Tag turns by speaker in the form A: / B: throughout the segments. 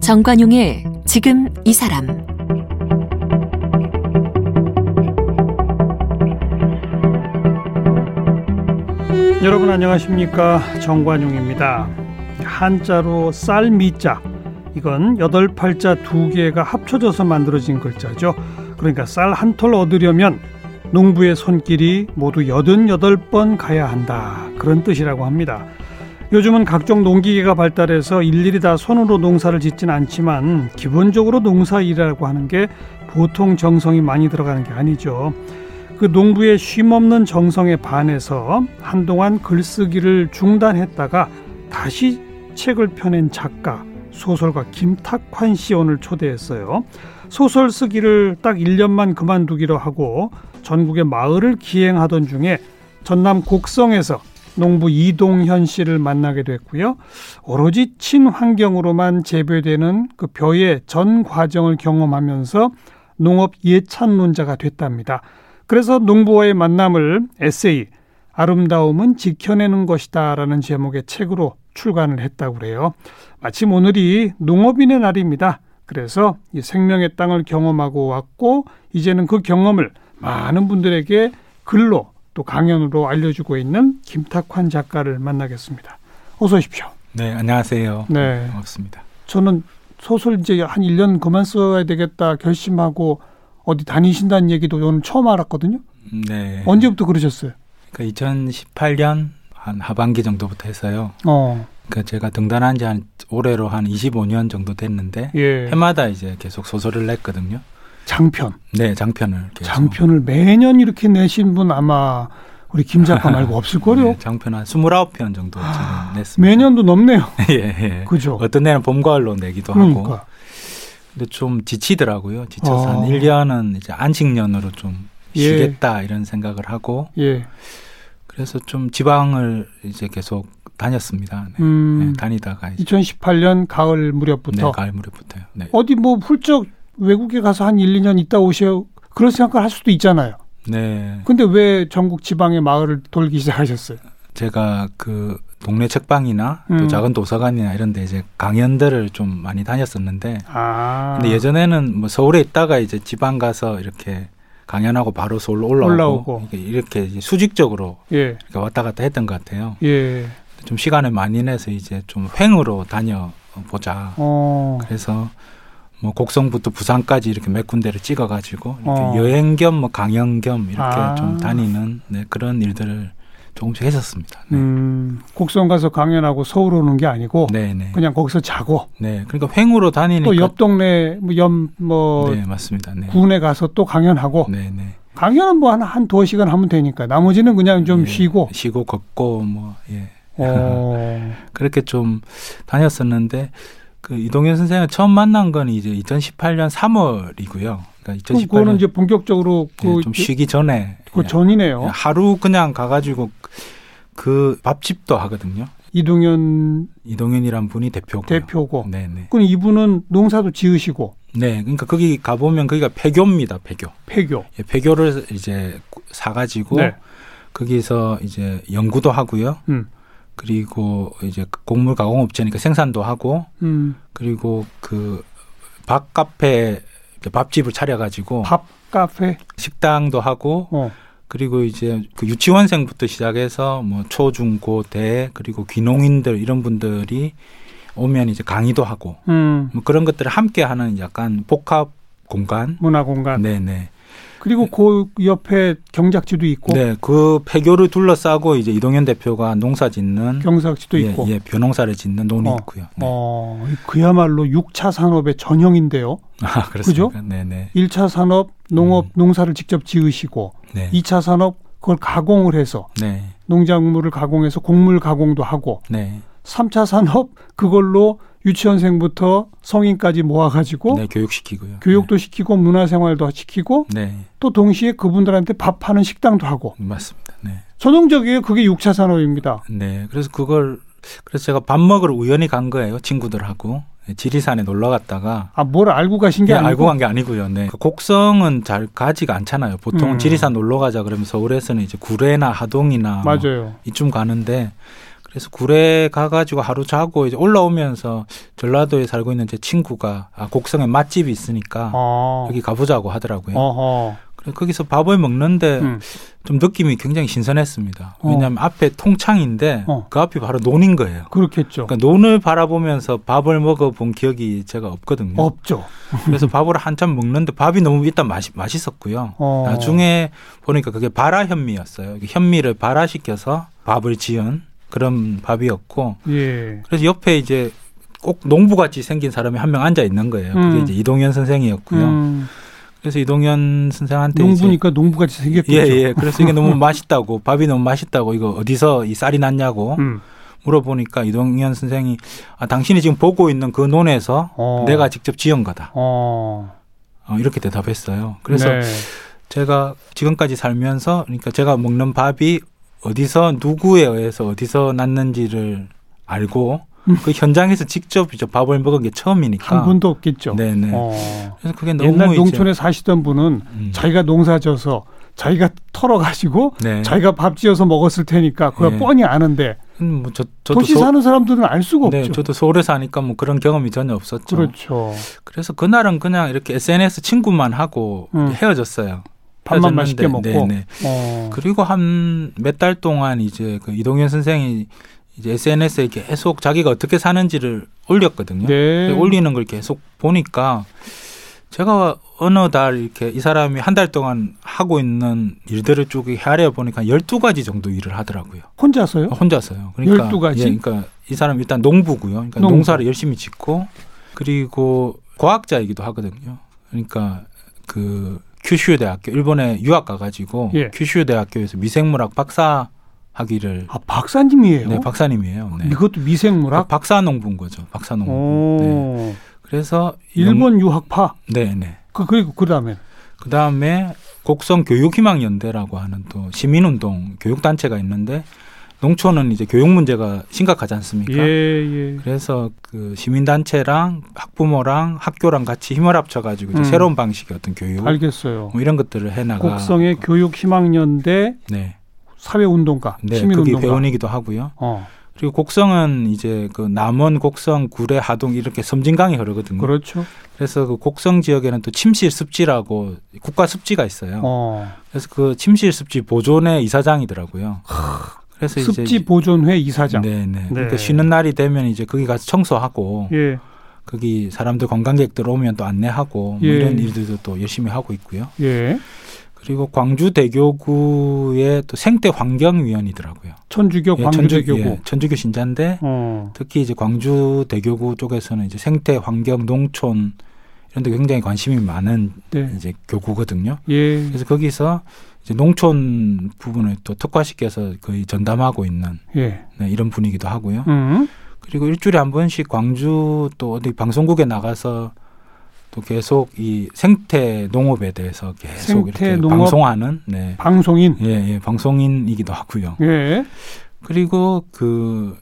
A: 정관용의 지금 이 사람
B: 여러분 안녕하십니까 정관용입니다. 한자로 쌀미자 이건 여덟 팔자 두 개가 합쳐져서 만들어진 글자죠. 그러니까 쌀 한 톨 얻으려면 농부의 손길이 모두 여든 여덟 번 가야 한다 그런 뜻이라고 합니다. 요즘은 각종 농기계가 발달해서 일일이 다 손으로 농사를 짓진 않지만 기본적으로 농사일이라고 하는 게 보통 정성이 많이 들어가는 게 아니죠. 그 농부의 쉼없는 정성에 반해서 한동안 글쓰기를 중단했다가 다시 책을 펴낸 작가 소설가 김탁환 씨 오늘 초대했어요. 소설 쓰기를 딱 1년만 그만두기로 하고 전국의 마을을 기행하던 중에 전남 곡성에서 농부 이동현 씨를 만나게 됐고요. 오로지 친환경으로만 재배되는 그 벼의 전 과정을 경험하면서 농업 예찬론자가 됐답니다. 그래서 농부와의 만남을 에세이 아름다움은 지켜내는 것이다라는 제목의 책으로 출간을 했다고 그래요. 마침 오늘이 농업인의 날입니다. 그래서 이 생명의 땅을 경험하고 왔고 이제는 그 경험을 많은 분들에게 글로 또 강연으로 알려주고 있는 김탁환 작가를 만나겠습니다. 어서 오십시오.
C: 네, 안녕하세요.
B: 네.
C: 반갑습니다.
B: 저는 소설 이제 한 1년 그만 써야 되겠다 결심하고 어디 다니신다는 얘기도 오늘 처음 알았거든요.
C: 네.
B: 언제부터 그러셨어요?
C: 그러니까 2018년 한 하반기 정도부터 했어요.
B: 어,
C: 그러니까 제가 등단한 지 한 올해로 한 25년 정도 됐는데
B: 예.
C: 해마다 이제 계속 소설을 냈거든요.
B: 장편.
C: 네, 장편을 계속.
B: 장편을 매년 이렇게 내신 분 아마 우리 김 작가 말고 없을 거요. 아,
C: 네, 장편 한 29편 정도 지금 냈습니다.
B: 매년도 넘네요.
C: 예, 예.
B: 그죠?
C: 어떤 때는 봄 가을로 내기도 하고.
B: 그러니까.
C: 근데 좀 지치더라고요. 지쳐서
B: 어.
C: 한 1년은 이제 안식년으로 좀
B: 예.
C: 쉬겠다 이런 생각을 하고
B: 예.
C: 그래서 좀 지방을 이제 계속 다녔습니다. 네.
B: 음.
C: 네, 다니다가 이제
B: 2018년 가을 무렵부터
C: 네, 가을 무렵부터요. 네.
B: 어디 뭐 훌쩍 외국에 가서 한 1, 2년 있다 오셔 그런 생각을 할 수도 있잖아요.
C: 네.
B: 근데 왜 전국 지방의 마을을 돌기 시작하셨어요?
C: 제가 그 동네 책방이나
B: 음.
C: 또 작은 도서관이나 이런 데 이제 강연들을 좀 많이 다녔었는데
B: 아.
C: 근데 예전에는 뭐 서울에 있다가 이제 지방 가서 이렇게 강연하고 바로 서울로 올라오고,
B: 올라오고.
C: 이렇게- 이렇게 이제 수직적으로
B: 예.
C: 이렇게 왔다 갔다 했던 것 같아요.
B: 예.
C: 좀 시간을 많이 내서 이제 좀 횡으로 다녀보자.
B: 어.
C: 그래서 뭐 곡성부터 부산까지 이렇게 몇 군데를 찍어가지고 이렇게
B: 어.
C: 여행 겸 뭐 강연 겸 이렇게
B: 아.
C: 좀 다니는 네, 그런 일들을 조금씩 했었습니다. 네,
B: 음. 곡성 가서 강연하고 서울 오는 게 아니고
C: 네, 네.
B: 그냥 거기서 자고
C: 네, 그러니까 횡으로 다니니까
B: 또 옆 동네 뭐옆뭐
C: 네, 맞습니다. 네,
B: 군에 가서 또 강연하고
C: 네, 네.
B: 강연은 뭐 한 한 두 시간 하면 되니까 나머지는 그냥 좀
C: 예,
B: 쉬고
C: 쉬고 걷고 뭐 예.
B: 어.
C: 그렇게 좀 다녔었는데 그 이동현 선생을 처음 만난 건 이제 2018년 3월이고요. 그러니까 2018년
B: 그거는 이제 본격적으로 그,
C: 예, 좀 쉬기 전에
B: 그
C: 예,
B: 전이네요.
C: 하루 그냥 가가지고 그 밥집도 하거든요.
B: 이동현
C: 이동현이란 분이 대표고.
B: 대표고.
C: 아, 네네.
B: 그럼 이분은 농사도 지으시고
C: 네, 그러니까 거기 가보면 거기가 폐교입니다, 폐교.
B: 폐교.
C: 예, 폐교를 이제 사가지고
B: 네.
C: 거기서 이제 연구도 하고요.
B: 음.
C: 그리고 이제 곡물 가공업체니까 생산도 하고
B: 음.
C: 그리고 그 밥카페 밥집을 차려가지고
B: 밥 카페.
C: 식당도 하고
B: 어.
C: 그리고 이제 그 유치원생부터 시작해서 뭐 초중고 대 그리고 귀농인들 이런 분들이 오면 이제 강의도 하고
B: 음.
C: 뭐 그런 것들을 함께 하는 약간 복합 공간.
B: 문화 공간.
C: 네네.
B: 그리고 그 옆에 경작지도 있고
C: 네, 그 폐교를 둘러싸고 이제 이동현 대표가 농사 짓는
B: 경작지도
C: 예,
B: 있고.
C: 예, 벼농사를 짓는 논이
B: 어,
C: 있고요. 네.
B: 어, 그야말로 6차 산업의 전형인데요.
C: 아,
B: 그죠?
C: 그렇습니까? 네, 네.
B: 1차 산업 농업
C: 음.
B: 농사를 직접 지으시고
C: 네.
B: 2차 산업 그걸 가공을 해서
C: 네.
B: 농작물을 가공해서 곡물 가공도 하고
C: 네.
B: 3차 산업 그걸로 유치원생부터 성인까지 모아 가지고
C: 네, 교육시키고요.
B: 교육도 시키고 문화생활도 시키고
C: 네. 네.
B: 또 동시에 그분들한테 밥 파는 식당도 하고
C: 맞습니다. 네.
B: 전형적이에요. 그게 6차 산업입니다.
C: 네. 그래서 그걸 그래서 제가 밥 먹으러 우연히 간 거예요. 친구들하고. 네, 지리산에 놀러 갔다가
B: 아, 뭘 알고 가신 게
C: 네,
B: 아니고
C: 알고 간 게 아니고요. 네. 그 곡성은 잘 가지가 않잖아요. 보통
B: 음.
C: 지리산 놀러 가자 그러면 서울에서는 이제 구례나 하동이나 뭐
B: 맞아요.
C: 이쯤 가는데 그래서 구례 가가지고 하루 자고 이제 올라오면서 전라도에 살고 있는 제 친구가 아, 곡성에 맛집이 있으니까
B: 어.
C: 아, 여기 가보자고 하더라고요.
B: 어허.
C: 그래 거기서 밥을 먹는데
B: 음.
C: 좀 느낌이 굉장히 신선했습니다.
B: 어.
C: 왜냐하면 앞에 통창인데
B: 어.
C: 그 앞이 바로 논인 거예요.
B: 그렇겠죠.
C: 그러니까 논을 바라보면서 밥을 먹어본 기억이 제가 없거든요.
B: 없죠.
C: 그래서 밥을 한참 먹는데 밥이 너무 일단 맛이 맛있었고요.
B: 어.
C: 나중에 보니까 그게 발아 현미였어요. 이게 현미를 발아시켜서 밥을 지은 그런 밥이었고
B: 예.
C: 그래서 옆에 이제 꼭 농부같이 생긴 사람이 한 명 앉아 있는 거예요. 그게
B: 음.
C: 이제 이동현 선생이었고요.
B: 음,
C: 그래서 이동현 선생한테 이제
B: 농부니까 그렇죠. 농부같이 생겼겠죠.
C: 예, 예. 그래서 이게 너무 맛있다고, 밥이 너무 맛있다고, 이거 어디서 이 쌀이 났냐고
B: 음.
C: 물어보니까 이동현 선생이 아, 당신이 지금 보고 있는 그 논에서
B: 어.
C: 내가 직접 지은 거다.
B: 어.
C: 어, 이렇게 대답했어요. 그래서
B: 네.
C: 제가 지금까지 살면서 그러니까 제가 먹는 밥이 어디서 누구에 의해서 어디서 났는지를 알고 그 현장에서 직접 이제 밥을 먹은 게 처음이니까.
B: 음. 한 분도 없겠죠.
C: 아. 네네.
B: 어.
C: 그래서 그게 너무
B: 옛날
C: 이제-
B: 농촌에 사시던 분은
C: 음.
B: 자기가 농사져서 자기가 털어가지고
C: 네.
B: 자기가 밥 지어서 먹었을 테니까 그거
C: 예.
B: 뻔히 아는데
C: 음, 뭐 저, 저도
B: 도시
C: 서-
B: 사는 사람들은 알 수가
C: 네,
B: 없죠.
C: 저도 서울에 사니까 뭐 그런 경험이 전혀 없었죠.
B: 그렇죠.
C: 그래서 그날은 그냥 이렇게 SNS 친구만 하고
B: 음.
C: 헤어졌어요.
B: 밥만
C: 헤어졌는데,
B: 맛있게 먹고.
C: 네네.
B: 어.
C: 그리고 한 몇 달 동안 이제 그 이동현 선생이 이제 SNS에 계속 자기가 어떻게 사는지를 올렸거든요.
B: 네.
C: 근데 올리는 걸 계속 보니까 제가 어느 달 이렇게 이 사람이 한 달 동안 하고 있는 일들을 쭉 헤아려 보니까 12가지 정도 일을 하더라고요.
B: 혼자서요?
C: 혼자서요. 그러니까
B: 12 어? 가지?
C: 예, 그러니까 이 사람 일단 농부고요. 그러니까
B: 농부.
C: 농사를 열심히 짓고 그리고 과학자이기도 하거든요. 그러니까 그 큐슈 대학교 일본에 유학 가가지고
B: 예.
C: 큐슈 대학교에서 미생물학 박사 학위를
B: 아 박사님이에요.
C: 네, 박사님이에요. 네.
B: 이것도 미생물학.
C: 박사 농부인 거죠. 박사 농부. 네.
B: 오.
C: 그래서 영-
B: 일본 유학파.
C: 네, 네.
B: 그 그리고 그다음에
C: 그 다음에 곡성 교육희망연대라고 하는 또 시민운동 교육단체가 있는데 농촌은 이제 교육 문제가 심각하지 않습니까?
B: 예, 예.
C: 그래서 그 시민단체랑 학부모랑 학교랑 같이 힘을 합쳐가지고 이제
B: 음.
C: 새로운 방식의 어떤 교육
B: 알겠어요.
C: 뭐 이런 것들을 해나가
B: 곡성의 교육희망연대
C: 네,
B: 사회운동가,
C: 네 그게
B: 시민운동가.
C: 회원이기도 하고요.
B: 어,
C: 그리고 곡성은 이제 그 남원, 곡성, 구례, 하동 이렇게 섬진강이 흐르거든요.
B: 그렇죠.
C: 그래서 그 곡성 지역에는 또 침실 습지라고 국가 습지가 있어요.
B: 어,
C: 그래서 그 침실 습지 보존의 이사장이더라고요. 그래서
B: 습지
C: 이제
B: 보존회 이사장.
C: 네, 네.
B: 네.
C: 그러니까 쉬는 날이 되면 이제 거기 가서 청소하고
B: 예,
C: 거기 사람들 관광객들 오면 또 안내하고 뭐
B: 예.
C: 이런 일들도 또 열심히 하고 있고요.
B: 예.
C: 그리고 광주대교구의 또 생태 환경위원이더라고요.
B: 천주교
C: 예,
B: 광주대교구.
C: 천주, 예, 천주교 신자인데
B: 어,
C: 특히 이제 광주대교구 쪽에서는 이제 생태 환경 농촌 이런 데 굉장히 관심이 많은
B: 네.
C: 이제 교구거든요.
B: 예,
C: 그래서 거기서 이제 농촌 부분을 또 특화시켜서 거의 전담하고 있는
B: 예.
C: 네, 이런 분위기도 하고요.
B: 음,
C: 그리고 일주일에 한 번씩 광주 또 어디 방송국에 나가서 또 계속 이 생태 농업에 대해서 계속
B: 생태
C: 이렇게
B: 농업.
C: 방송하는 네.
B: 방송인.
C: 예, 예, 방송인이기도 하고요.
B: 예,
C: 그리고 그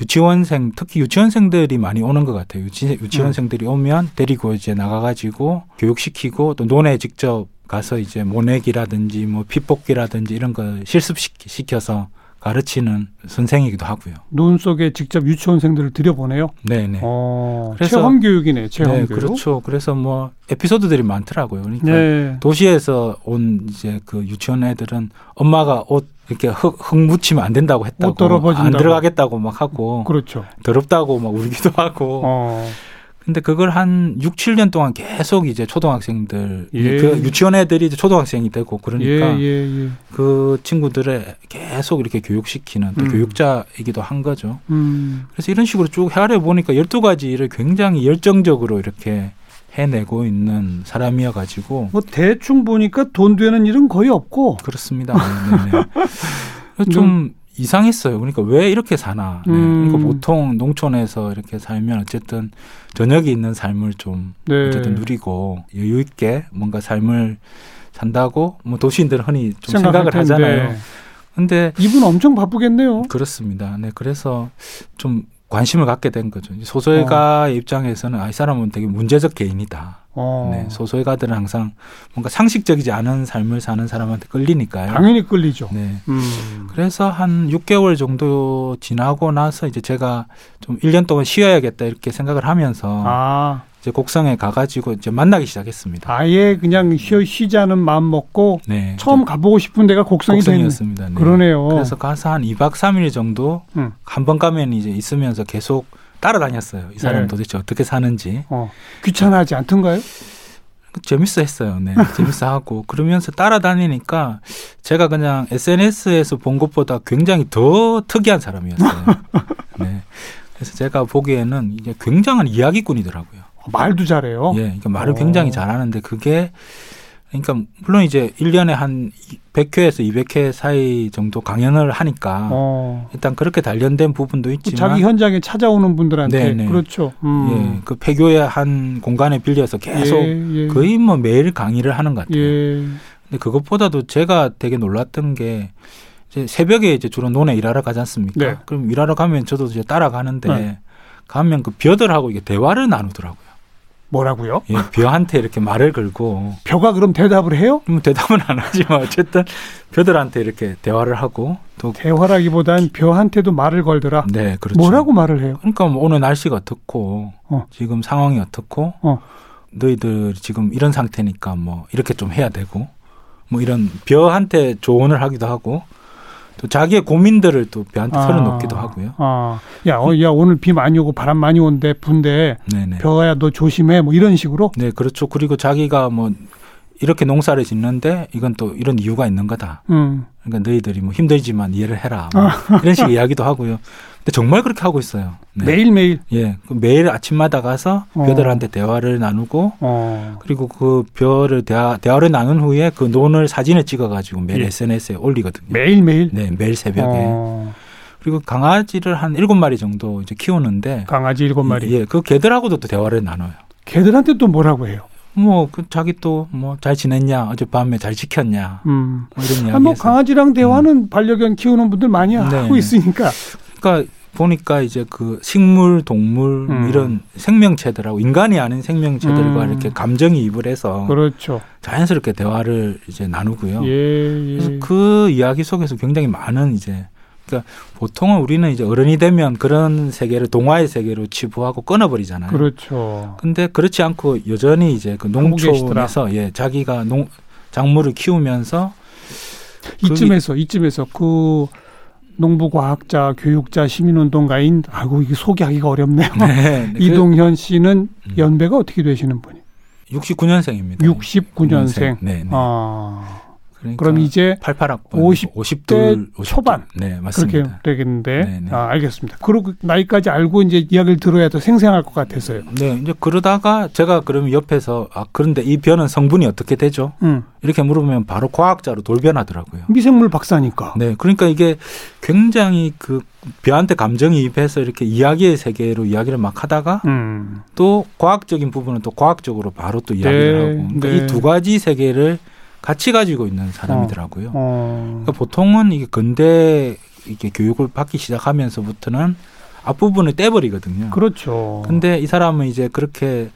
C: 유치원생 특히 유치원생들이 많이 오는 것 같아요. 유치, 유치원생들이
B: 네.
C: 오면 데리고 이제 나가가지고 교육시키고 또 논에 직접 가서 이제 모내기라든지 뭐 핏뽑기라든지 이런 거 실습시켜서 가르치는 선생이기도 하고요.
B: 논 속에 직접 유치원생들을 들여보내요.
C: 네네.
B: 어,
C: 그래서-
B: 체험교육이네,
C: 네,
B: 체험교육.
C: 그렇죠. 그래서 뭐 에피소드들이 많더라고요. 그러니까
B: 네.
C: 도시에서 온 이제 그 유치원 애들은 엄마가 옷 이렇게 흙, 흙 묻히면 안 된다고 했다고
B: 옷 떨어버진다고.
C: 안 들어가겠다고 막 하고
B: 그렇죠.
C: 더럽다고 막 울기도 하고.
B: 어,
C: 근데 그걸 한 6, 7년 동안 계속 이제 초등학생들
B: 예.
C: 그 유치원 애들이 이제 초등학생이 되고 그러니까
B: 예, 예, 예.
C: 그 친구들을 계속 이렇게 교육시키는 또
B: 음.
C: 교육자이기도 한 거죠.
B: 음,
C: 그래서 이런 식으로 쭉 헤아려 보니까 12가지 일을 굉장히 열정적으로 이렇게 해내고 있는 사람이어 가지고
B: 뭐 대충 보니까 돈 되는 일은 거의 없고.
C: 그렇습니다. 네, 네, 네. 그래서 좀 이상했어요. 그러니까 왜 이렇게 사나. 네. 그러니까
B: 네. 음.
C: 보통 농촌에서 이렇게 살면 어쨌든 저녁이 있는 삶을 좀
B: 네.
C: 어쨌든 누리고 여유 있게 뭔가 삶을 산다고 뭐 도시인들은 흔히 좀
B: 생각할
C: 생각을
B: 텐데.
C: 하잖아요. 근데
B: 이분 엄청 바쁘겠네요.
C: 그렇습니다. 네, 그래서 좀 관심을 갖게 된 거죠. 이 소설가의 입장에서는 아, 이 사람은 되게 문제적 개인이다.
B: 어.
C: 네, 소설가들은 항상 뭔가 상식적이지 않은 삶을 사는 사람한테 끌리니까요.
B: 당연히 끌리죠.
C: 네.
B: 음.
C: 그래서 한 6개월 정도 지나고 나서 이제 제가 좀 1년 동안 쉬어야겠다 이렇게 생각을 하면서
B: 아,
C: 이제 곡성에 가가지고 이제 만나기 시작했습니다.
B: 아예 그냥 쉬, 쉬자는 마음 먹고
C: 네.
B: 처음 가보고 싶은 데가
C: 이제
B: 곡성이 됐네.
C: 곡성이었습니다. 네.
B: 그러네요.
C: 그래서 가서 한 2박 3일 정도
B: 음.
C: 한 번 가면 이제 있으면서 계속 따라다녔어요. 이 사람
B: 네.
C: 은 도대체 어떻게 사는지.
B: 어, 귀찮아하지 않던가요?
C: 재밌어 했어요. 네. 재밌어 하고. 그러면서 따라다니니까 제가 그냥 SNS에서 본 것보다 굉장히 더 특이한 사람이었어요. 네. 그래서 제가 보기에는 이제 굉장한 이야기꾼이더라고요.
B: 어, 말도 잘해요.
C: 예. 그러니까 말을
B: 오.
C: 굉장히 잘하는데 그게 그러니까 물론 이제 1년에 한 100회에서 200회 사이 정도 강연을 하니까
B: 어.
C: 일단 그렇게 단련된 부분도 있지만
B: 자기 현장에 찾아오는 분들한테
C: 네, 네.
B: 그렇죠.
C: 예,
B: 음.
C: 그 폐교의 한 공간에 빌려서 계속
B: 예, 예.
C: 거의 뭐 매일 강의를 하는 것 같아요.
B: 예.
C: 근데 그것보다도 제가 되게 놀랐던 게 이제 새벽에 이제 주로 논에 일하러 가지 않습니까?
B: 네.
C: 그럼 일하러 가면 저도 이제 따라가는데
B: 네.
C: 가면 그 벼들하고 이게 대화를 나누더라고요.
B: 뭐라고요?
C: 예, 벼한테 이렇게 말을 걸고
B: 벼가 그럼 대답을 해요?
C: 음, 대답은 안 하지만 어쨌든 벼들한테 이렇게 대화를 하고 또
B: 대화라기보단 벼한테도 말을 걸더라.
C: 네, 그렇죠.
B: 아, 뭐라고 말을 해요?
C: 그러니까 뭐 오늘 날씨가 어떻고
B: 어.
C: 지금 상황이 어떻고
B: 어.
C: 너희들 지금 이런 상태니까 뭐 이렇게 좀 해야 되고 뭐 이런 벼한테 조언을 하기도 하고 또 자기의 고민들을 또 벼한테
B: 아.
C: 털어놓기도 하고요.
B: 아, 야, 어, 야, 오늘 비 많이 오고 바람 많이 온대, 분데,
C: 네네.
B: 벼야, 너 조심해, 뭐 이런 식으로?
C: 네 그렇죠. 그리고 자기가 뭐 이렇게 농사를 짓는데 이건 또 이런 이유가 있는 거다.
B: 음.
C: 그러니까 너희들이 뭐 힘들지만 이해를 해라. 뭐
B: 아.
C: 이런 식의 이야기도 하고요. 근데 정말 그렇게 하고 있어요. 네.
B: 매일매일.
C: 예, 그 매일 아침마다 가서
B: 어.
C: 벼들한테 대화를 나누고
B: 어.
C: 그리고 그 벼를 대화, 대화를 나눈 후에 그 논을 사진에 찍어가지고 매일
B: 예.
C: SNS에 올리거든요.
B: 매일매일.
C: 네, 매일 새벽에.
B: 어,
C: 그리고 강아지를 한 일곱 마리 정도 이제 키우는데.
B: 강아지 일곱 마리.
C: 예, 그 개들하고도 또 대화를 나눠요.
B: 걔들한테 또 뭐라고 해요?
C: 뭐, 그 자기 또 뭐 잘 지냈냐, 어젯밤에 잘 지켰냐,
B: 음.
C: 뭐 이런
B: 아, 뭐
C: 이야기. 해서
B: 강아지랑 대화는 반려견 키우는 분들 많이 하고
C: 음. 네.
B: 있으니까.
C: 그러니까 보니까 이제 그 식물, 동물, 뭐
B: 음.
C: 이런 생명체들하고 인간이 아닌 생명체들과
B: 음.
C: 이렇게 감정이입을 해서
B: 그렇죠.
C: 자연스럽게 대화를 이제 나누고요.
B: 예,
C: 네. 그래서
B: 예.
C: 그 이야기 속에서 굉장히 많은 이제 그러니까 보통은 우리는 이제 어른이 되면 그런 세계를 동화의 세계로 치부하고 끊어버리잖아요.
B: 그렇죠.
C: 근데 그렇지 않고 여전히 이제 그
B: 하고 계시더라.
C: 농촌에서 예 자기가 농 작물을 키우면서 그
B: 이쯤에서 이쯤에서 그 농부과학자, 교육자, 시민운동가인 아이고 이게 소개하기가 어렵네요.
C: 네, 음.
B: 이동현 씨는 연배가 어떻게 되시는 분이?
C: 69년생입니다.
B: 69년생.
C: 네. 네.
B: 아,
C: 그러니까
B: 그럼 이제
C: 88학번
B: 50대
C: 50대
B: 초반.
C: 네
B: 그렇게
C: 맞습니다.
B: 되겠는데.
C: 네, 네.
B: 아, 알겠습니다. 그리고 나이까지 알고 이제 이야기를 들어야 더 생생할 것 같아서요.
C: 네 이제 그러다가 제가 그러면 옆에서 아 그런데 이 변은 성분이 어떻게 되죠?
B: 음,
C: 이렇게 물으면 바로 과학자로 돌변하더라고요.
B: 미생물 박사니까.
C: 네, 그러니까 이게 굉장히 그 벼한테 감정이입해서 이렇게 이야기의 세계로 이야기를 막 하다가
B: 음,
C: 또 과학적인 부분은 또 과학적으로 바로 또 이야기를
B: 네,
C: 하고 그러니까
B: 네.
C: 이 두 가지 세계를 같이 가지고 있는 사람이더라고요.
B: 어,
C: 그러니까 보통은 이게 근대 이게 교육을 받기 시작하면서부터는 앞부분을 떼버리거든요.
B: 그렇죠.
C: 근데 이 사람은 이제 그렇게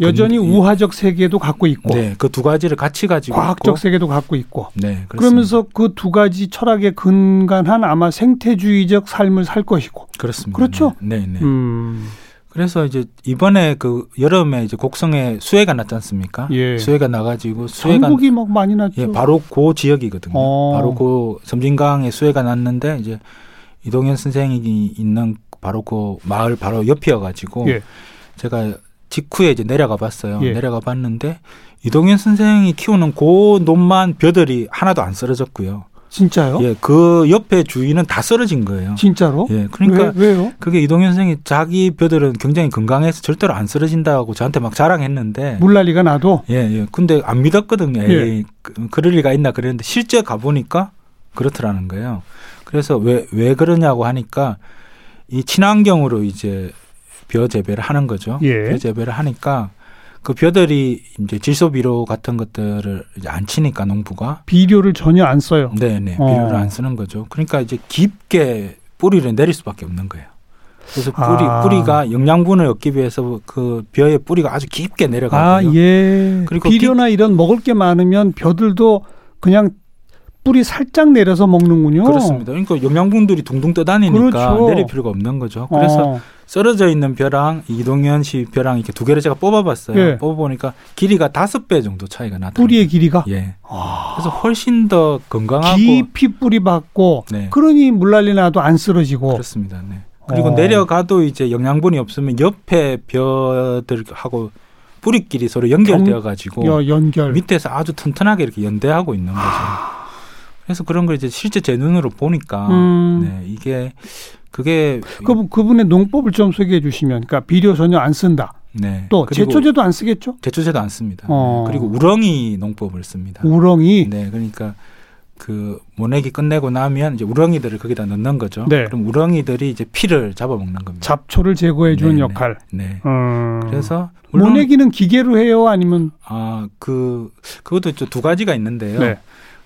B: 여전히
C: 근데 이-
B: 우화적 세계도 갖고 있고
C: 네, 그 두 가지를 같이 가지고
B: 어. 과학적
C: 있고,
B: 세계도 갖고 있고
C: 네,
B: 그러면서 그 두 가지 철학에 근간한 아마 생태주의적 삶을 살 것이고.
C: 그렇습니다.
B: 그렇죠?
C: 네, 네.
B: 음.
C: 그래서 이제 이번에 그 여름에 이제 곡성에 수해가 났지 않습니까?
B: 예.
C: 수해가 나가지고 수해가
B: 전국이 막 많이 났죠.
C: 예, 바로 그 지역이거든요.
B: 어.
C: 바로 그 섬진강에 수해가 났는데 이제 이동현 선생이 있는 바로 그 마을 바로 옆이어가지고
B: 예.
C: 제가 직후에 이제 내려가 봤어요.
B: 예.
C: 내려가 봤는데 이동현 선생이 키우는 그 논만 벼들이 하나도 안 쓰러졌고요.
B: 진짜요?
C: 예, 그 옆에 주위는 다 쓰러진 거예요.
B: 어? 진짜로?
C: 예, 그러니까
B: 왜, 요
C: 그게 이동현 선생이 자기 뼈들은 굉장히 건강해서 절대로 안 쓰러진다고 저한테 막 자랑했는데
B: 물난리가 나도
C: 예, 예. 근데 안 믿었거든요. 에이,
B: 뭐? 예.
C: 그- 그럴 리가 있나 그랬는데 실제 가보니까 그렇더라는 거예요. 그래서 왜, 왜 그러냐고 하니까 이 친환경으로 이제 벼 재배를 하는 거죠.
B: 예.
C: 벼 재배를 하니까 그 벼들이 이제 질소 비료 같은 것들을 이제 안 치니까 농부가
B: 비료를 전혀 안 써요.
C: 네네
B: 어.
C: 비료를 안 쓰는 거죠. 그러니까 이제 깊게 뿌리를 내릴 수밖에 없는 거예요. 그래서 뿌리
B: 아.
C: 뿌리가 영양분을 얻기 위해서 그 벼의 뿌리가 아주 깊게
B: 아
C: 내려가고요.
B: 예.
C: 그리고
B: 비료나 이런 먹을 게 많으면 벼들도 그냥 뿌리 살짝 내려서 먹는군요.
C: 그렇습니다. 그러니까 영양분들이 둥둥 떠다니니까
B: 그렇죠.
C: 내릴 필요가 없는 거죠. 그래서
B: 어,
C: 쓰러져 있는 벼랑 이동현 씨 벼랑 이렇게 두 개를 제가 뽑아봤어요.
B: 예.
C: 뽑아보니까 길이가 다섯 배 정도 차이가 나다.
B: 뿌리의 길이가
C: 예.
B: 아,
C: 그래서 훨씬 더 건강하고
B: 깊이 뿌리 박고
C: 네.
B: 그러니 물난리 나도 안 쓰러지고
C: 그렇습니다. 네. 그리고
B: 어.
C: 내려가도 이제 영양분이 없으면 옆에 벼들하고 뿌리끼리 서로 연결되어 가지고
B: 여- 연결.
C: 밑에서 아주 튼튼하게 이렇게 연대하고 있는 거죠. 그래서 그런 걸 이제 실제 제 눈으로 보니까
B: 음.
C: 네, 이게 그게
B: 그 그분의 농법을 좀 소개해 주시면, 그러니까 비료 전혀 안 쓴다.
C: 네.
B: 또
C: 그리고
B: 제초제도 안 쓰겠죠?
C: 제초제도 안 씁니다. 네,
B: 어.
C: 그리고 우렁이 농법을 씁니다.
B: 우렁이
C: 네, 그러니까 그 모내기 끝내고 나면 이제 우렁이들을 거기다 넣는 거죠.
B: 네.
C: 그럼 우렁이들이 이제 피를 잡아먹는 겁니다.
B: 잡초를 제거해 주는
C: 네, 네.
B: 역할.
C: 네.
B: 음.
C: 그래서 물론
B: 모내기는 기계로 해요, 아니면
C: 아그 그것도 이제 두 가지가 있는데요.
B: 네.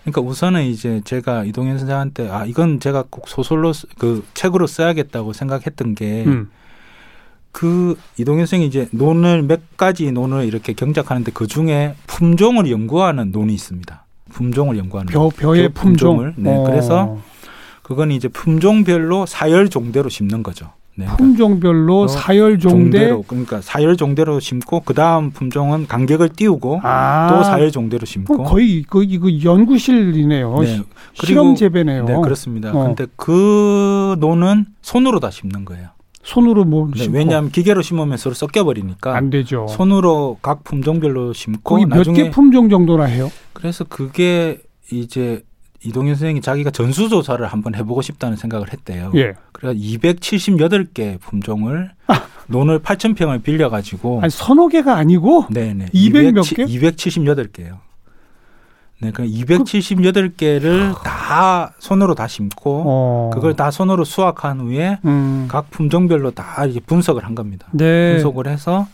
C: 그러니까 우선은 이제 제가 이동현 선생한테 아 이건 제가 꼭 소설로 쓰- 그 책으로 써야겠다고 생각했던 게 그
B: 음.
C: 이동현 선생이 이제 논을 몇 가지 논을 이렇게 경작하는데 그 중에 품종을 연구하는 논이 있습니다. 품종을 연구하는 논.
B: 벼 벼의
C: 벼
B: 품종. 어,
C: 품종을, 네, 그래서 그건 이제 품종별로 사열 종대로 심는 거죠. 네. 그러니까
B: 품종별로
C: 어,
B: 사열 종대.
C: 종대로 그러니까 사열 종대로 심고 그 다음 품종은 간격을 띄우고
B: 아,
C: 또 사열 종대로 심고
B: 그럼 거의 그 이거 연구실이네요.
C: 네.
B: 시-
C: 그리고-
B: 실험 재배네요.
C: 네, 그렇습니다.
B: 어.
C: 근데 그 논은 손으로 다 심는 거예요.
B: 손으로 뭐
C: 네,
B: 심고
C: 왜냐하면 기계로 심으면 서로 섞여 버리니까
B: 안 되죠.
C: 손으로 각 품종별로 심고
B: 거기 몇
C: 나중에
B: 개 품종 정도나 해요?
C: 그래서 그게 이제 이동현 선생이 자기가 전수 조사를 한번 해보고 싶다는 생각을 했대요.
B: 예,
C: 그래서 278개 품종을 논을 8,000평을 빌려 가지고
B: 아. 아니 서너 개가 아니고
C: 네네.
B: 200몇 개?
C: 278개요. 네, 그럼 278개를 다 손으로 다 심고
B: 아. 어.
C: 그걸 다 손으로 수확한 후에
B: 음.
C: 각 품종별로 다 이렇게 분석을 한 겁니다.
B: 네.
C: 분석을 해서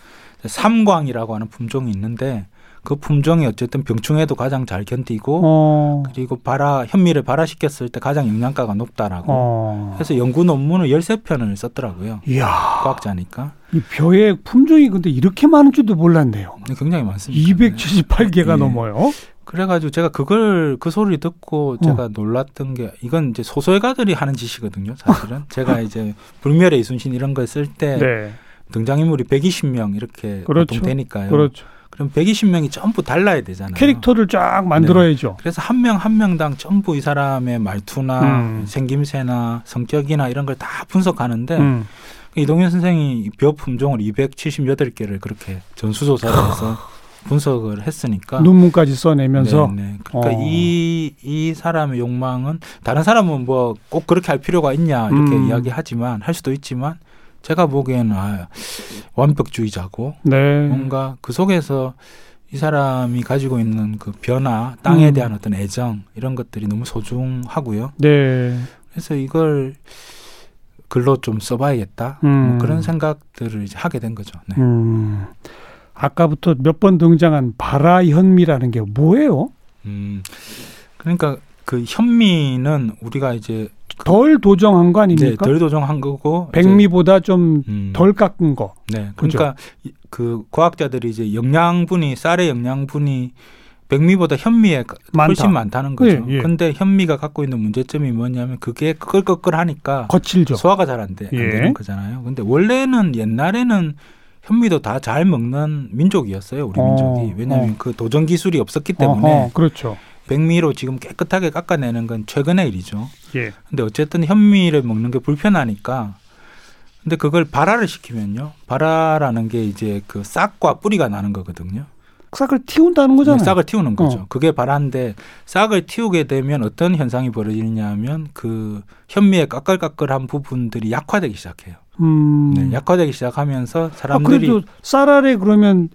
C: 삼광이라고 하는 품종이 있는데 그 품종이 어쨌든 병충해도 가장 잘 견디고
B: 어.
C: 그리고 발화 현미를 발화시켰을 때 가장 영양가가 높다라고
B: 어.
C: 해서 연구 논문을 13편을 썼더라고요.
B: 이야,
C: 과학자니까.
B: 이 벼의 품종이 근데 이렇게 많은 줄도 몰랐네요.
C: 근데 굉장히 많습니다. 네.
B: 278개가
C: 예.
B: 넘어요.
C: 그래가지고 제가 그걸 그 소리를 듣고
B: 어.
C: 제가 놀랐던 게 이건 이제 소설가들이 하는 짓이거든요. 사실은 제가 이제 불멸의 이순신 이런 걸 쓸 때
B: 네.
C: 등장인물이 120명 이렇게
B: 그렇죠.
C: 보통 되니까요.
B: 그렇죠.
C: 그럼 120명이 전부 달라야 되잖아요.
B: 캐릭터를 쫙 만들어야죠.
C: 그래서 한 명 한 명당 전부 이 사람의 말투나
B: 음.
C: 생김새나 성격이나 이런 걸 다 분석하는데 그
B: 음.
C: 이동현 선생이 벼 품종을 278개를 그렇게 전수조사를 해서 분석을 했으니까
B: 눈문까지 써내면서
C: 네, 네. 그러니까
B: 어.
C: 이, 이 사람의 욕망은 다른 사람은 뭐 꼭 그렇게 할 필요가 있냐 이렇게
B: 음.
C: 이야기하지만 할 수도 있지만 제가 보기에는 아, 완벽주의자고
B: 네.
C: 뭔가 그 속에서 이 사람이 가지고 있는 그 변화, 땅에
B: 음.
C: 대한 어떤 애정 이런 것들이 너무 소중하고요.
B: 네.
C: 그래서 이걸 글로 좀 써봐야겠다.
B: 음.
C: 뭐 그런 생각들을 이제 하게 된 거죠. 네.
B: 음. 아까부터 몇 번 등장한 바라현미라는 게 뭐예요?
C: 음. 그러니까 그 현미는 우리가 이제
B: 덜 도정한 거
C: 이제
B: 아닙니까?
C: 네, 덜 도정한 거고 이제
B: 백미보다 좀 덜
C: 음,
B: 깎은 거.
C: 네 그러니까 이- 그 과학자들이 이제 영양분이 쌀의 영양분이 백미보다 현미에 가-
B: 많다.
C: 훨씬 많다는 거죠.
B: 예, 예.
C: 근데 현미가 갖고 있는 문제점이 뭐냐면 그게 끄끌끄끌하니까
B: 거칠죠.
C: 아, 소화가 잘 안 돼. 안
B: 예.
C: 되는 거잖아요. 근데 원래는 옛날에는 현미도 다 잘 먹는 민족이었어요. 우리
B: 어,
C: 민족이. 왜냐하면
B: 어.
C: 그 도전 기술이 없었기 때문에
B: 어허, 그렇죠.
C: 백미로 지금 깨끗하게 깎아내는 건 최근의 일이죠.
B: 예.
C: 근데 어쨌든 현미를 먹는 게 불편하니까 근데 그걸 발화를 시키면요 발화라는 게 이제 그 싹과 뿌리가 나는 거거든요
B: 싹을 틔운다는 거잖아요.
C: 네, 싹을 틔우는 거죠
B: 어.
C: 그게 발화인데 싹을 틔우게 되면 어떤 현상이 벌어지냐 하면 그 현미의 까끌까끌한 부분들이 약화되기 시작해요
B: 음.
C: 네, 약화되기 시작하면서
B: 아,
C: 사람들이
B: 그래도 쌀 아래 그러면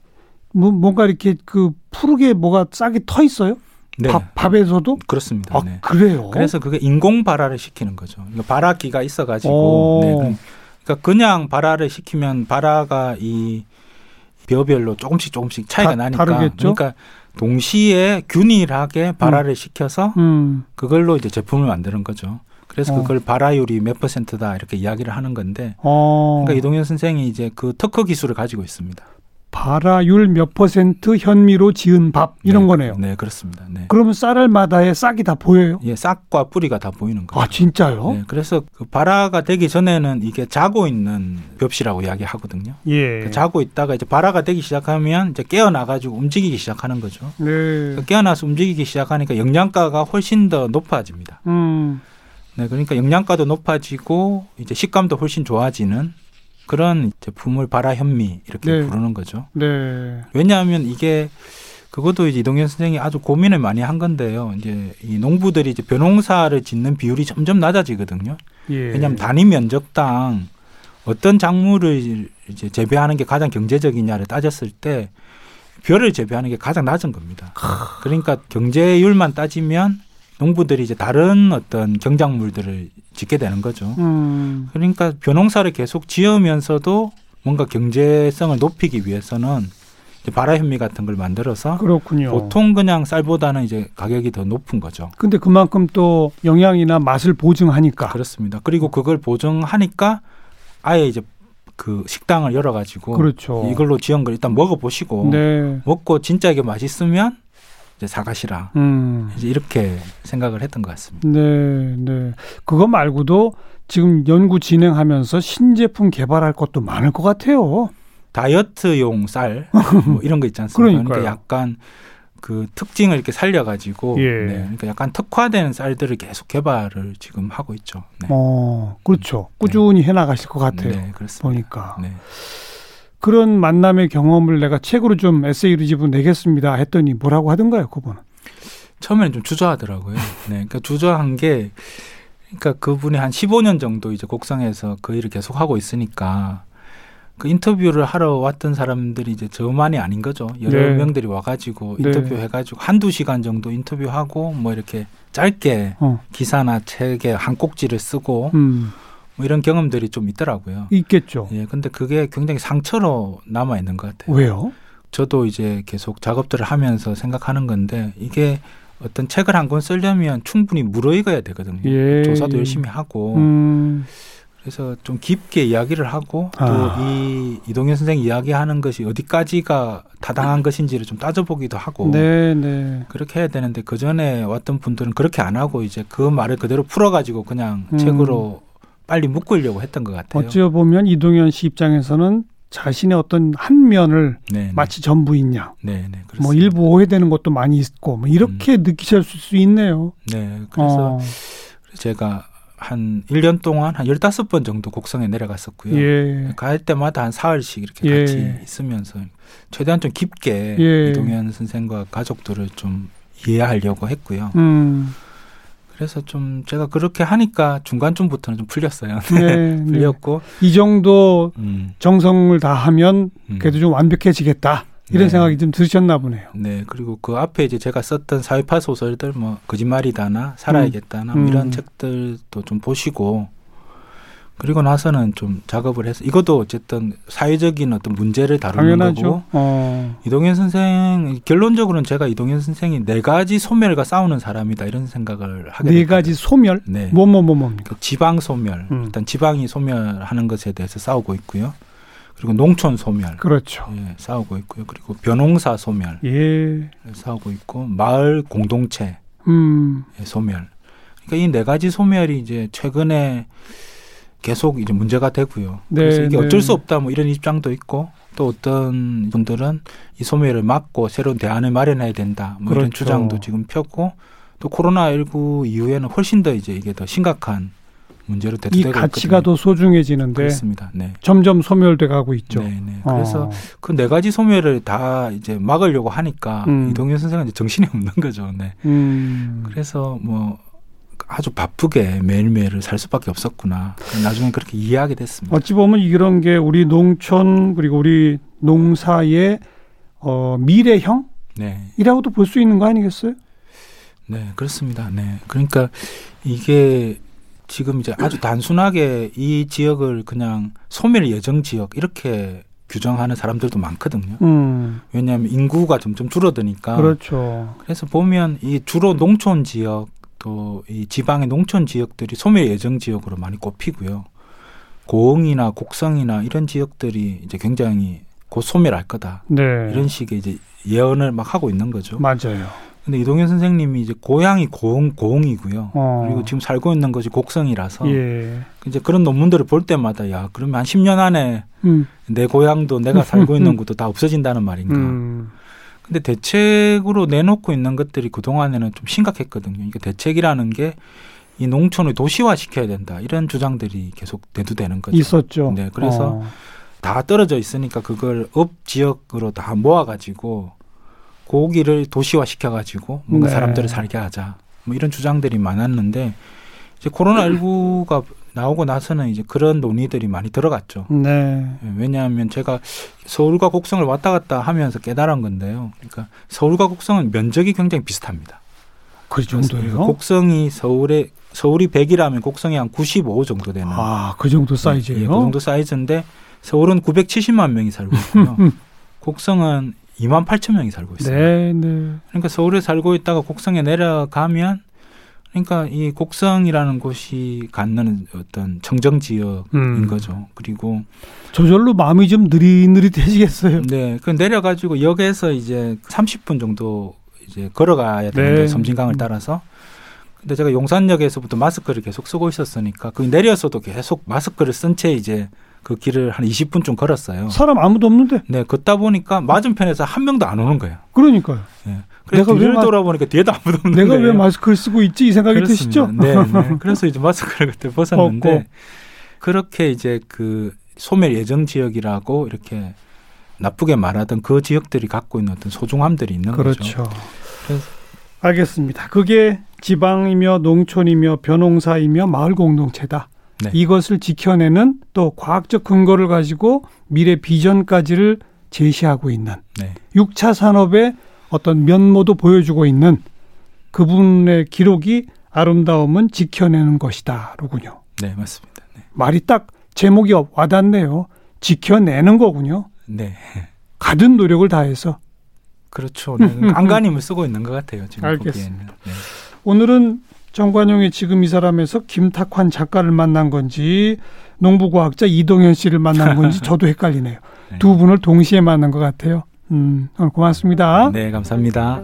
B: 뭐, 뭔가 이렇게 그 푸르게 뭐가 싹이 터 있어요?
C: 네,
B: 밥, 밥에서도?
C: 그렇습니다
B: 아,
C: 네.
B: 그래요?
C: 그래서 그게 인공 발화를 시키는 거죠 그러니까 발화기가 있어가지고 네,
B: 오.
C: 그러니까 그냥 발화를 시키면 발화가 이 벼별로 조금씩 조금씩 차이가
B: 다-
C: 나니까
B: 다르겠죠?
C: 그러니까 동시에 균일하게 발화를 시켜서
B: 음.
C: 그걸로 이제 제품을 만드는 거죠. 그래서
B: 어.
C: 그걸 발화율이 몇 퍼센트다 이렇게 이야기를 하는 건데
B: 어.
C: 그러니까 이동현 선생이 이제 그 특허 기술을 가지고 있습니다.
B: 발화율 몇 퍼센트 현미로 지은 밥 이런
C: 네,
B: 거네요.
C: 네 그렇습니다. 네.
B: 그러면 쌀알마다의 싹이 다 보여요?
C: 예, 싹과 뿌리가 다 보이는 거예요.
B: 아 진짜요?
C: 네, 그래서 그 발화가 되기 전에는 이게 자고 있는 벽시라고 이야기하거든요. 그
B: 예.
C: 자고 있다가 이제 발화가 되기 시작하면 이제 깨어나 가지고 움직이기 시작하는 거죠. 그
B: 네.
C: 깨어나서 움직이기 시작하니까 영양가가 훨씬 더 높아집니다.
B: 음.
C: 네, 그러니까 영양가도 높아지고 이제 식감도 훨씬 좋아지는 그런 제품을 발화 현미 이렇게
B: 네.
C: 부르는 거죠.
B: 네.
C: 왜냐하면 이게 그것도 이제 이동현 선생이 아주 고민을 많이 한 건데요. 이제 이 농부들이 이제 벼농사를 짓는 비율이 점점 낮아지거든요.
B: 예.
C: 왜냐하면 단위 면적당 어떤 작물을 이제 재배하는 게 가장 경제적이냐를 따졌을 때 벼를 재배하는 게 가장 낮은 겁니다. 그러니까 경제율만 따지면 농부들이 이제 다른 어떤 경작물들을 짓게 되는 거죠.
B: 음.
C: 그러니까 벼농사를 계속 지으면서도 뭔가 경제성을 높이기 위해서는 이제 발화현미 같은 걸 만들어서
B: 아, 그렇군요.
C: 보통 그냥 쌀보다는 이제 가격이 더 높은 거죠.
B: 근데 그만큼 또 영양이나 맛을 보증하니까.
C: 아. 그렇습니다. 그리고 그걸 보증하니까 아예 이제 그 식당을 열어 가지고
B: 그렇죠.
C: 이걸로 지은 걸 일단 먹어 보시고
B: 네.
C: 먹고 진짜 이게 맛있으면 이제 사가시라.
B: 음.
C: 이제 이렇게 생각을 했던 것 같습니다.
B: 네, 네. 그거 말고도 지금 연구 진행하면서 신제품 개발할 것도 많을 것 같아요.
C: 다이어트용 쌀 뭐 이런 거 있지 않습니까?
B: 그러니까요.
C: 약간 그 특징을 이렇게 살려 가지고
B: 예.
C: 네, 그러니까 약간 특화된 쌀들을 계속 개발을 지금 하고 있죠. 네.
B: 어, 그렇죠. 꾸준히 해 나가실 것 같아요.
C: 네, 그렇습니다.
B: 보니까
C: 네.
B: 그런 만남의 경험을 내가 책으로 좀 에세이로 집은 내겠습니다 했더니 뭐라고 하던가요 그분은
C: 처음에는 좀 주저하더라고요. 네, 그러니까 주저한 게 그러니까 그분이 한 15년 정도 이제 곡성에서 그 일을 계속 하고 있으니까 그 인터뷰를 하러 왔던 사람들이 이제 저만이 아닌 거죠. 여러
B: 네.
C: 명들이 와가지고
B: 네.
C: 인터뷰 해가지고 한두 시간 정도 인터뷰하고 뭐 이렇게 짧게
B: 어.
C: 기사나 책에 한 꼭지를 쓰고
B: 음,
C: 뭐 이런 경험들이 좀 있더라고요.
B: 있겠죠
C: 예, 근데 그게 굉장히 상처로 남아 있는 것 같아요.
B: 왜요
C: 저도 이제 계속 작업들을 하면서 생각하는 건데 이게 어떤 책을 한 권 쓰려면 충분히 물어익어야 되거든요.
B: 예.
C: 조사도 열심히 하고
B: 음,
C: 그래서 좀 깊게 이야기를 하고
B: 아.
C: 또 이 이동현 선생 이야기하는 것이 어디까지가 타당한 것인지를 좀 따져보기도 하고
B: 네네
C: 그렇게 해야 되는데 그 전에 왔던 분들은 그렇게 안 하고 이제 그 말을 그대로 풀어가지고 그냥
B: 음.
C: 책으로 빨리 묶으려고 했던 것 같아요.
B: 어찌 보면 이동현 씨 입장에서는 자신의 어떤 한 면을
C: 네, 네.
B: 마치 전부인 양,
C: 네, 네, 그렇습니다.
B: 뭐 일부 오해되는 것도 많이 있고 뭐 이렇게 느끼실 수 있네요.
C: 네, 그래서
B: 어,
C: 제가 한 1년 동안 한 15번 정도 곡성에 내려갔었고요.
B: 예,
C: 갈 때마다 한 사흘씩 이렇게
B: 예.
C: 같이 있으면서 최대한 좀 깊게
B: 예.
C: 이동현 선생과 가족들을 좀 이해하려고 했고요.
B: 음,
C: 그래서 좀 제가 그렇게 하니까 중간쯤부터는 좀 풀렸어요.
B: 네, 네.
C: 풀렸고,
B: 이 정도
C: 음,
B: 정성을 다하면
C: 음.
B: 그래도 좀 완벽해지겠다 이런
C: 네.
B: 생각이 좀 드셨나 보네요.
C: 네, 그리고 그 앞에 이제 제가 썼던 사회파 소설들, 뭐, 거짓말이다나, 살아야겠다나, 뭐
B: 음.
C: 이런 책들도 좀 보시고, 그리고 나서는 좀 작업을 해서, 이것도 어쨌든 사회적인 어떤 문제를 다루는 거고,
B: 당연하죠. 어.
C: 이동현 선생, 결론적으로는 제가 이동현 선생이 네 가지 소멸과 싸우는 사람이다, 이런 생각을 하게
B: 네
C: 됐거든요.
B: 가지 소멸
C: 네.
B: 뭐 뭐 뭐 뭡니까?
C: 그 지방 소멸,
B: 음.
C: 일단 지방이 소멸하는 것에 대해서 싸우고 있고요. 그리고 농촌 소멸,
B: 그렇죠.
C: 예, 싸우고 있고요. 그리고 변홍사 소멸,
B: 예.
C: 싸우고 있고 마을 공동체
B: 음.
C: 소멸. 그러니까 이 네 가지 소멸이 이제 최근에 계속 이제 문제가 되고요.
B: 네,
C: 그래서 이게
B: 네.
C: 어쩔 수 없다 뭐 이런 입장도 있고 또 어떤 분들은 이 소멸을 막고 새로운 대안을 마련해야 된다 뭐 이런
B: 그렇죠.
C: 주장도 지금 펴고 또 코로나 19 이후에는 훨씬 더 이제 이게 더 심각한 문제로
B: 이
C: 대두되고
B: 가치가
C: 있거든요.
B: 더 소중해지는데
C: 그렇습니다. 네.
B: 점점 소멸돼 가고 있죠.
C: 네, 네.
B: 어.
C: 그래서 그 네 가지 소멸을 다 이제 막으려고 하니까
B: 음.
C: 이동현 선생은 이제 정신이 없는 거죠. 네.
B: 음.
C: 그래서 뭐 아주 바쁘게 매일매일을 살 수밖에 없었구나. 나중에 그렇게 이해하게 됐습니다.
B: 어찌 보면 이런 게 우리 농촌 그리고 우리 농사의 어, 미래형이라고도
C: 네,
B: 볼 수 있는 거 아니겠어요?
C: 네 그렇습니다. 네, 그러니까 이게 지금 이제 아주 단순하게 이 지역을 그냥 소멸 예정 지역 이렇게 규정하는 사람들도 많거든요.
B: 음,
C: 왜냐하면 인구가 점점 줄어드니까.
B: 그렇죠.
C: 그래서 보면 이 주로 농촌 지역 또 이 지방의 농촌 지역들이 소멸 예정 지역으로 많이 꼽히고요. 고흥이나 곡성이나 이런 지역들이 이제 굉장히 곧 소멸할 거다.
B: 네,
C: 이런 식의 이제 예언을 막 하고 있는 거죠.
B: 맞아요.
C: 근데 이동현 선생님이 이제 고향이 고흥 고흥이고요.
B: 어,
C: 그리고 지금 살고 있는 것이 곡성이라서
B: 예,
C: 이제 그런 논문들을 볼 때마다 야 그러면 한 10년 안에
B: 음,
C: 내 고향도 내가 살고 있는 곳도 다 없어진다는 말인가.
B: 음,
C: 근데 대책으로 내놓고 있는 것들이 그동안에는 좀 심각했거든요. 그러니까 대책이라는 게 이 농촌을 도시화 시켜야 된다. 이런 주장들이 계속 내두되는
B: 그렇죠.
C: 거죠.
B: 있었죠.
C: 네, 그래서
B: 어,
C: 다 떨어져 있으니까 그걸 업 지역으로 다 모아가지고 고기를 도시화 시켜가지고 뭔가
B: 네.
C: 사람들을 살게 하자. 뭐 이런 주장들이 많았는데 이제 코로나19가 나오고 나서는 이제 그런 논의들이 많이 들어갔죠.
B: 네,
C: 예, 왜냐하면 제가 서울과 곡성을 왔다 갔다 하면서 깨달은 건데요. 그러니까 서울과 곡성은 면적이 굉장히 비슷합니다.
B: 그 정도예요.
C: 곡성이 서울에 서울이 100이라면 곡성이 한 95 정도 되는
B: 아, 그 정도 사이즈예요.
C: 예, 그 정도 사이즈인데 서울은 970만 명이 살고 있고요. 곡성은 2만 8천 명이 살고 있어요.
B: 네, 네,
C: 그러니까 서울에 살고 있다가 곡성에 내려가면 그러니까 이 곡성이라는 곳이 갖는 어떤 정정 지역인
B: 음.
C: 거죠. 그리고
B: 저절로 마음이 좀 느릿느릿해지겠어요.
C: 네, 그 내려가지고 역에서 이제 30분 정도 이제 걸어가야 되는데
B: 네.
C: 섬진강을
B: 음.
C: 따라서. 근데 제가 용산역에서부터 마스크를 계속 쓰고 있었으니까 그 내려서도 계속 마스크를 쓴 채 이제 그 길을 한 20분쯤 걸었어요.
B: 사람 아무도 없는데,
C: 네, 걷다 보니까 맞은편에서 한 명도 안 오는 거예요.
B: 그러니까요.
C: 네. 그래서
B: 내가 왜
C: 뒤를
B: 마-
C: 돌아보니까 뒤에도 아무도 없는
B: 내가
C: 거예요.
B: 왜 마스크를 쓰고 있지 이 생각이 드시죠?
C: 네. 그렇습니다. 네, 네. 그래서 이제 마스크를 그때 벗었는데
B: 벗고.
C: 그렇게 이제 그 소멸 예정 지역이라고 이렇게 나쁘게 말하던 그 지역들이 갖고 있는 어떤 소중함들이 있는 거죠.
B: 그렇죠.
C: 그래서-
B: 알겠습니다. 그게 지방이며 농촌이며 벼농사이며 마을 공동체다.
C: 네.
B: 이것을 지켜내는 또 과학적 근거를 가지고 미래 비전까지를 제시하고 있는
C: 네.
B: 6차 산업의 어떤 면모도 보여주고 있는 그분의 기록이 아름다움은 지켜내는 것이다로군요.
C: 네, 맞습니다. 네.
B: 말이 딱 제목이 와닿네요. 지켜내는 거군요.
C: 네.
B: 가든 노력을 다해서
C: 그렇죠. 네. 안간힘을 쓰고 있는 것 같아요. 지금
B: 알겠습니다.
C: 보기에는. 네.
B: 오늘은 정관용의 지금 이 사람에서 김탁환 작가를 만난 건지 농부과학자 이동현 씨를 만난 건지 저도 헷갈리네요.
C: 네.
B: 두 분을 동시에 만난 것 같아요. 음, 오늘 고맙습니다.
C: 네, 감사합니다.